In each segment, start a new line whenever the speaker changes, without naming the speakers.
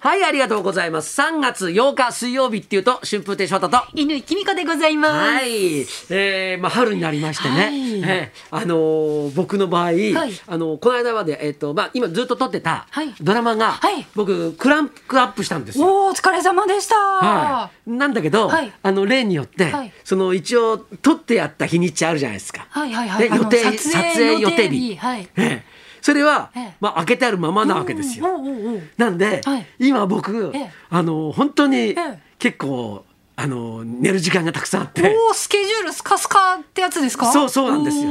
はい、ありがとうございます。3月8日水曜日っていうと、春風亭昇太と。
犬きみこでございます。
はい、えーまあ、春になりましてね、
はい
えーあのー僕の場合、
い
あのーこの間まで、えーとまあ、今ずっと撮ってた
はい
ドラマが、
はい
僕クランクアップしたんですよ。
おお、お疲れ様でした。
はい、なんだけど、
はい
あの例によって、
はい
その一応撮ってやった日にちあるじゃないですか。
はいはいはい
で
あの
予定
撮影予定日はい
ええそれは、
ええ
まあ、開けてあるままなわけですよ。
うんうんうんうん
なんで、
はい
今僕、
ええ
あの本当に
え
結構、あの寝る時間がたくさんあって。
おお、スケジュールスカスカってやつですか。
そうそうなんです
お
よ。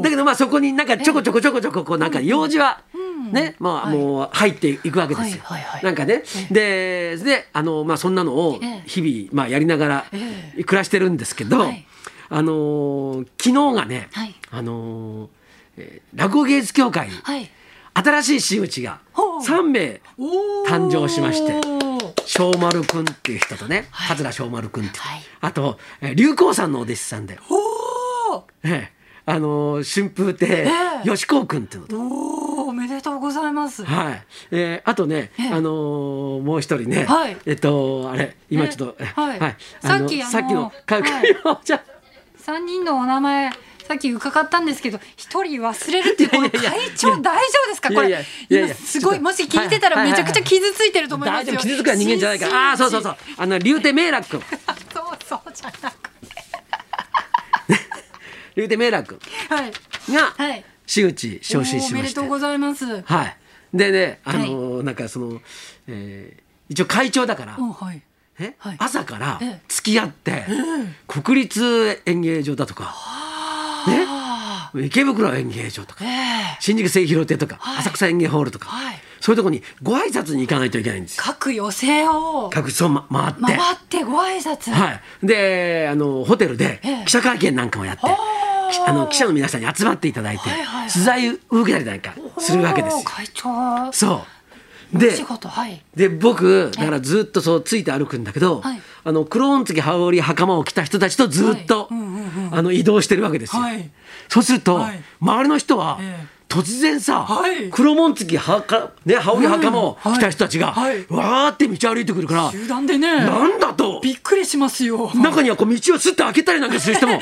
ー
だけどまあそこになんかちょこちょこちょこちょここうなんか用事はね、まあ
はい
もう入っていくわけですよ
はいはいは。い
なんかね、でであのまあそんなのを
ええ
日々まあやりながら
え
暮らしてるんですけど
はい、
あのー昨日がね
はい、
あのーえー落語芸術協会に
はい。
新しい真打ちが
ほう
3名
おー
誕生しまして小丸くんっていう人とね、
はい
桂小丸くんって、
はい
あとえー龍光さんのお弟子さんで。
おお。
ええ、あのー春風亭
ええ
吉光君っていうのと、
おお、おめでとうございます。
はい、えーあとね、
ええ
あのーもう一人ね、
はい
えっとあれ今ちょっと、
えはい
あ
さ
の
っきあの
さっきのか
はい
栗 山ちゃん
三人のお名前。さっき伺ったんですけど、一人忘れるっていう、この
いやいやいや
会長大丈夫ですか、こ
いや
れ
い。やいやい
今
や
すご
ちょっ
い、
と
もし聞いてたら、
はいは
め
いは
ちゃ
い
くちゃ傷ついてると思いま
大丈
すよ。
夫傷つくは人間じゃないからああーそうそうそうあの竜亭明楽君
そうそうじゃなくて。
竜亭明楽
はい。
君が
はい
真打ち昇進しま
おめで
して、
とうございます。
はいでねあのーなんかその、えー一応会長だから、
うん、はい。
え
はい
朝から
ええ
付き合って、国立演芸場だとか、
あ
ね、池袋演芸場とか
ええ
新宿清広亭とか、
はい
浅草演芸ホールとか、
はい
そういうとこにご挨拶に行かないといけないんですよ。
各寄席を
各地を、ま、回って
回ってご挨拶。
はい、であのホテルで
ええ
記者会見なんかもやって、
あー
きあの記者の皆さんに集まっていただいて、
はいはいはい
取材を受けたりなんかするわけです
お
よ
ー。会長。
そうで
お仕事はい。
で僕だからずっとそうついて歩くんだけど、
はい
あのクローン付き羽織袴を着た人たちとずっと、
はいうんうん
あの移動してるわけですよ。
はい
そうすると、
はい
周りの人は、
ええ
突然さ、
はい
黒紋付きはか、ね、羽織袴を着た人たちが、
うんはい
わーって道歩いてくるから、
集団でね。
なんだと
びっくりしますよ。
中にはこう道をすって開けたりなんかする人 も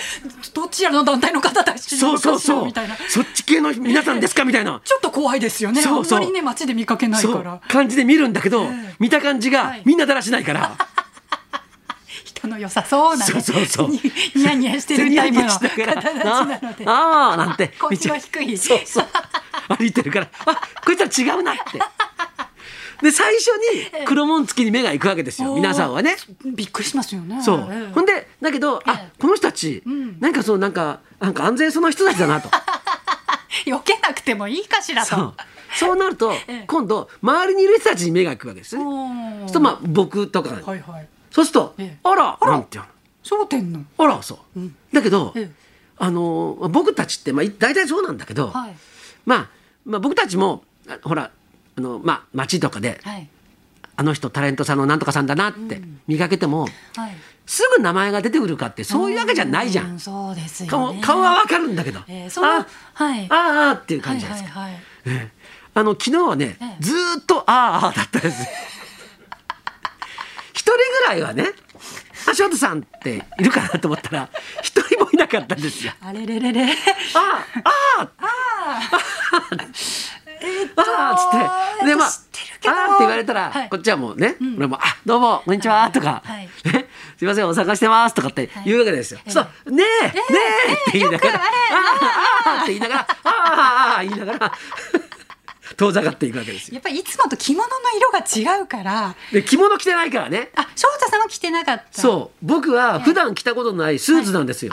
どちらの団体の方たちな
そ
の
うそう
かしら
そう
みたいな。
そっち系の皆さんですかみたいな。
ちょっと怖いですよね。
そうそう
あんまりね街で見かけない
そ
か
う
ら。
感じで見るんだけど、見た感じが、
はい
みんなだらしないから。
人の良さそうなね。
そうそうそう
にニヤニヤしてるタイ プの方たち
ら
なので。
ああなんて
腰が低い。
そうそう歩いてるからあこいつは違うなってで最初に黒紋付きに目が行くわけですよ皆さんはね
びっくりしますよね。
そう
ええ
ほんでだけどあ
え
この人たちなんかそうなんかなんか安全そうな人たちだ なと
避けなくてもいいかしらと。
そうそうなると
ええ
今度周りにいる人たちに目が行くわけですね
お
そ
ー
うするとまあ僕とか
はいはい。
そうすると
ええ
あらなんていうの
商店の。
あらそう、だけど、
ええ
あのー僕たちって、まあ、い大体そうなんだけど、
はい
まあ、まあ僕たちもあほらあの、まあ、街とかで
はい。
あの人タレントさんのなんとかさんだなって見かけても、
はい。
すぐ名前が出てくるかってそういうわけじゃないじゃ。
うんそうですよ
顔
ね。
顔はわかるんだけど、
えーその
あ
はい
あーあーっていう
は
感
い
じじゃないで
はい
すか。
はい。
ええあの昨日はね、
ええ
ずーっとあーあーだったです。 一人ぐらいはね、あ、ショートさんっているかなと思ったら、一人もいなかったんですよ。
あれれれ れ。
あーああ ああっつってでまあ
知ってるけど
あーって言われたら、
はい
こっちはもうね、俺も「あどうもこんにちは」とか、
はい
ねすいませんお探してます」とかって言うわけですよ。
はい
そう「ねえねえ」って言いながら「
よ
あ
く
ーあー」って言いながら「あーあーあー」言いながら 遠ざかっていくわけですよ。
やっぱりいつもと着物の色が違うから。
で着物着てないからね
あ、翔太さんは着てなかった。う。
そう僕は普段着たことのないスーツなんですよ。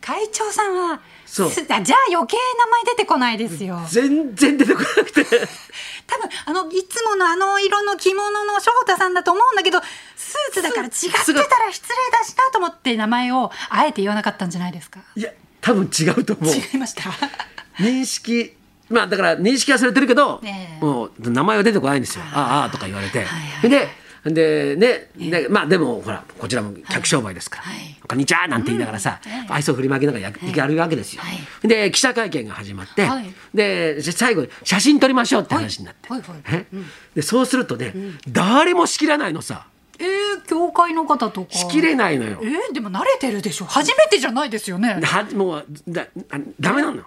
会長さんは。
そう
すあじゃあ余計名前出てこないですよ。
全然出てこなくて
多分あのいつものあの色の着物の翔太さんだと思うんだけどスーツだから違ってたら失礼だしなと思って名前をあえて言わなかったんじゃないですか
いや多分違うと思う。
違いました
認識まあだから認識はされてるけど、
ねえ
もう名前は出てこないんですよ「ああああ」とか言われて、
はいはい
ででね、でまあでもほらこちらも客商売ですから「
はい
こんにちは」なんて言いながらさ、
うんはい
愛想振りまきながらや,、やるわけですよ。
はい
で記者会見が始まって、
はい
でじゃ最後に写真撮りましょうって話になって、
はいはいはい
えでそうするとね、誰も仕切らないのさ
えー、教会の方とか。
仕切れないのよ。
えー、でも慣れてるでしょ。初めてじゃないですよね。
はもうだあダメなの。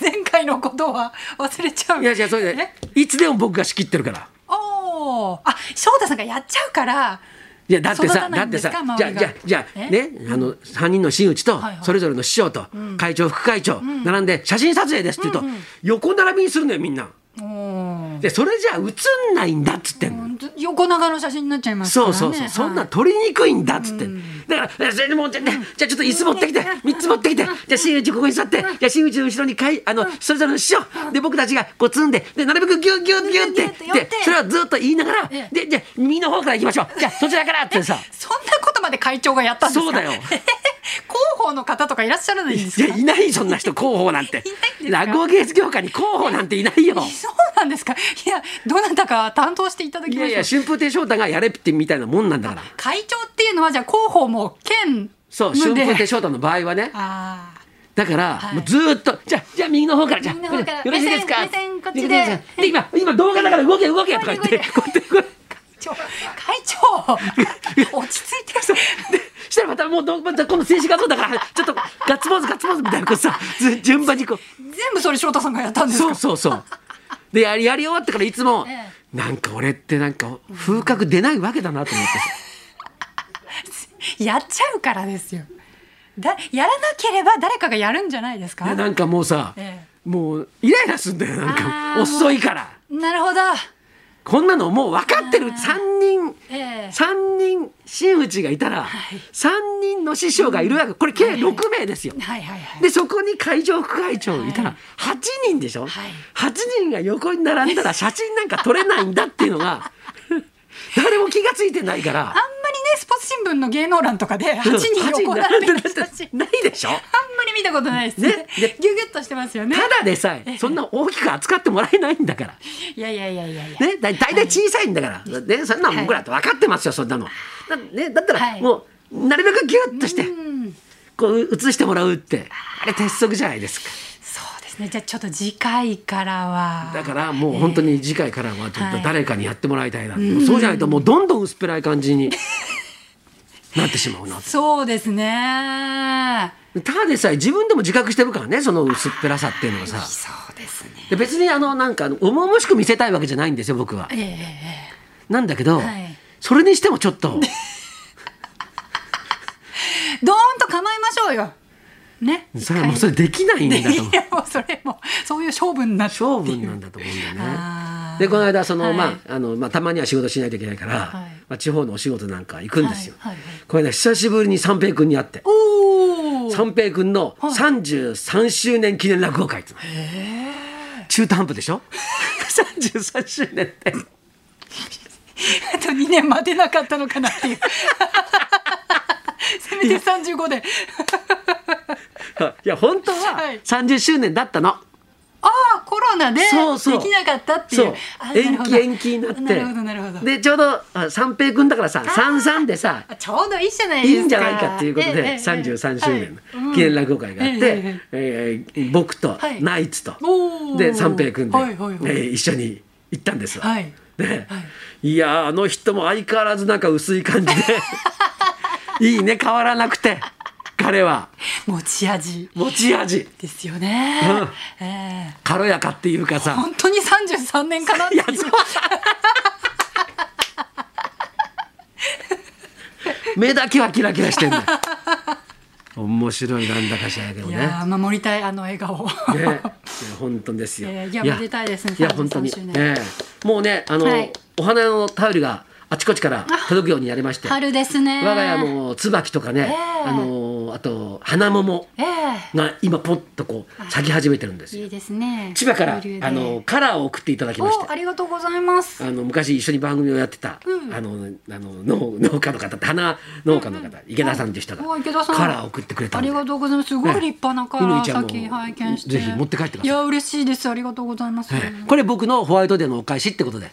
前回のことは忘れちゃう。
いやいやそれで
え
いつでも僕が仕切ってるから。
おーあ、翔太さんがやっちゃうから。
いやだって
育
さだ
たない
っ
ん
て
です
さ
か
じゃ
周
あ
りが
じゃあじゃあ
え
ねあの3人の真打ちと
はいはい
それぞれの師匠と会長副会長並んで写真撮影ですって言うと横並びにするのよみんな。
おー
でそれじゃ写んないんだっつってんの。
ほんと横長の写真になっちゃいますか
そ
ら
う
ね。
そうそう、そんな
は
ん
い
撮りにくいんだっつってんの、だからえそれでもうじゃ,、ね、じゃあちょっと椅子持ってきて3つ持ってきてじゃあ真打ちここに座ってじゃあ真打ちの後ろにかいあのそれぞれの師匠で僕たちがこう積んででなるべくギュッギュッギュッ
ギュッ
って
ギュッて寄
で
って
それをずっと言いながら
え
でじゃあ右の方から行きましょうじゃあそちらからってさ。
そんなことまで会長がやったんですか。
そうだよ
広報の方とかいらっしゃらないんです
い
か。
やいないそんな人広報なんて
いないんですか
落語芸術業界に広報なんていないよ
そうなんですか。いや、どなたか担当していただき
い
ましょ
や
う。
いや春風亭昇太がやれってみたいなもんなんだから
会長っていうのはじゃあ広報も兼
そう
無
春
で
風亭昇太の場合はね
ああ。
だから、
はい
もうずーっとじゃあじゃあ右の方からじゃあ
右の方から
よろしいですか
目線目線こっちで
右の方からで今今動画だから動け動けとか言って
動いて
こうやってこうやって
ちょ会長 落ち着いて
そうでしたらまたもうどまた今度静止画像だからちょっとガッツポーズガッツポーズみたいなこうさず順番にこう。
全部それ翔太さんがやったんですか
そうそうそう。でやりやり終わってからいつも、
ええ
なんか俺ってなんか風格出ないわけだなと思って
やっちゃうからですよだやらなければ誰かがやるんじゃないです
さ、
か
でなんかもうさ、
え
もうイライラすんだよなん
あ
か
ー
遅いから
なるほど
こんなのもう分かってる3人、
ええ
三人真打ちがいたら、
はい
三3人の師匠がいるわけこれ計
はいはい
6名ですよ。
はいはいはい
でそこに会場副会長いた
は
ら8人でしょ、
はい
8人が横に並んだら写真なんか撮れないんだっていうの が誰も気が付いてないから
あんまりねスポーツ新聞の芸能欄とかで8人横並んでる写真あん
ないでしょ
まり見たことないです
ね
ね
で
ギュギュッとしてますよね
ただでさえそんな大きく扱ってもらえないんだから
いやいやいやいやいや
ねだいたい小さいんだから、ね、そんなん僕らって分かってますよそんなのだ,、ね、だった
は
ら
い
もうなるべくギュッとして
うん
こう映してもらうってあれ鉄則じゃないですか
そうですねじゃあちょっと次回からは
だからもう本当に次回からはちょっと
はい
誰かにやってもらいたいな、もうそうじゃないともうどんどん薄っぺらい感じになってしまうな
そうですね
ただでさえ自分でも自覚してるからねその薄っぺらさっていうのがさ
そうですね
で別にあのなんか重々しく見せたいわけじゃないんですよ僕は
ええええ
なんだけど、
はい
それにしてもちょっと
ええドーンと構えましょうよね
それはもうそれできないんだと思う
いやもうそれもそういう勝負になって
勝負なんだと思うんだよ
あ
ね。
ー
でこの間その、
はい
まああのまあ、たまには仕事しないといけないから、
はい
まあ、地方のお仕事なんか行くんですよ。
はいはいはい
この間久しぶりに三平君に会って
おお
三平君の
い
33周年記念落語会っていうの中途半端でし ょ33周年って
あと2年待てなかったのか なっていうせめて35で
いや本当は
はい
30周年だったの。
ああコロナでで
そうそう
きなかったってい
そう
うあなる
延
ほ
期
ど
延期になって
なるほどなるほど
でちょうどあ三平君だからさ三三でさ
あちょうどいいじゃな
い
いですか
いんじゃないかっていうこと
えええええ
で
え
33周年
は
の
い
記念落語会があっ
ええ
てえー僕と
はい
ナイツと
おー
で三平君で
はいはいはい
えー一緒に行ったんですわ。
はい
ねいやーあの人も相変わらずなんか薄い感じ でいいね変わらなくて彼は
持ち味
持ち味
ですよね、
う
ええ
軽やかっていうかさ
本当に33年かなっていう
いやそう 目だけはキラキラしてんだよ面白いなんだかしらけど
い
ね
やー守りたいあの笑顔、
ね、いや本当ですよ。
えーいやめでたいですね
いや本当に、
33周年
ええもうねあの、
はい
お花のタオルがあちこちから届くようになりまして、我
春ですね
が家も椿とかね、
ええ
あのあと花桃
ええ
が今ポッとこう咲き始めてるんですよ。
いいですね
千葉からあ
交流で
のカラーを送っていただきまして
おあ。りがとうございます
あの昔一緒に番組をやってた、
うん
あのあの農農家の方って花農家の方、池田さんという人が
お池田さん
カラーを送ってくれた
あ
の
り
で
がとうございますすごい立派なカ
ええ
ラ
乾
ー
ちゃんも
先拝見して
ぜひ持って帰ってください
いや嬉しいですありがとうございます、
ええこれ僕のホワイトデーのお返しってことで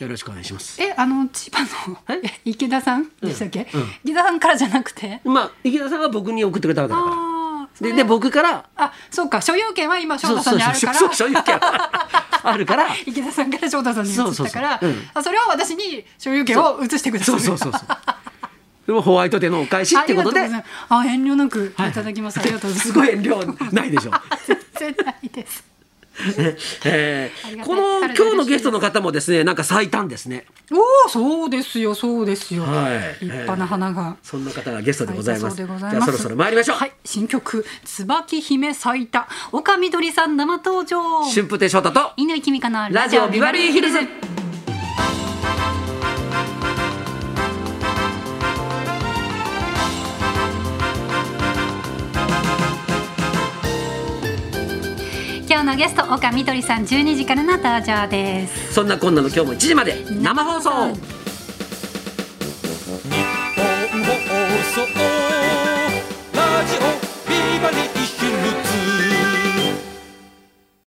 え
よろしくお願いします
えあの千葉の
え
え 池田さんでしたっけ、
うんうん
池田さんからじゃなくて
まあ池田さんが僕に送ってくれたわけだか
ああ
らでで僕から
あそうか所有権は今翔太さんにあるから
そうそうそうそういう権あるから
池田さんから翔太さんに移
そうそう
った
そ
か
う
ら
うん
あそれを私に所有権を移してくださ
そ
いう
そうそうそうでもホワイトデーのお返しってことで
ありがとうございますあ遠慮なくい
はい
ただきます、ありがとうございます
すごい遠慮ないでしょ
全然ないです
え
あり
ー
がたい
この今日のゲストの方もですねなんか最短ですね
おおそうですよそうですよ、
はい
立派な花が、
そんな方がゲストでございます
そうでご
じ
ざい
ゃあ
ます
そろそろ参りましょう、
はい、新曲「椿姫咲いた」岡みどりさん生登場
春風亭昇太と
犬きみかな
ラジオビバリーヒルズ
今日のゲスト岡みどりさん12時からの登場です
そんなこんなの今日も1時まで生放送
生放送
日本放送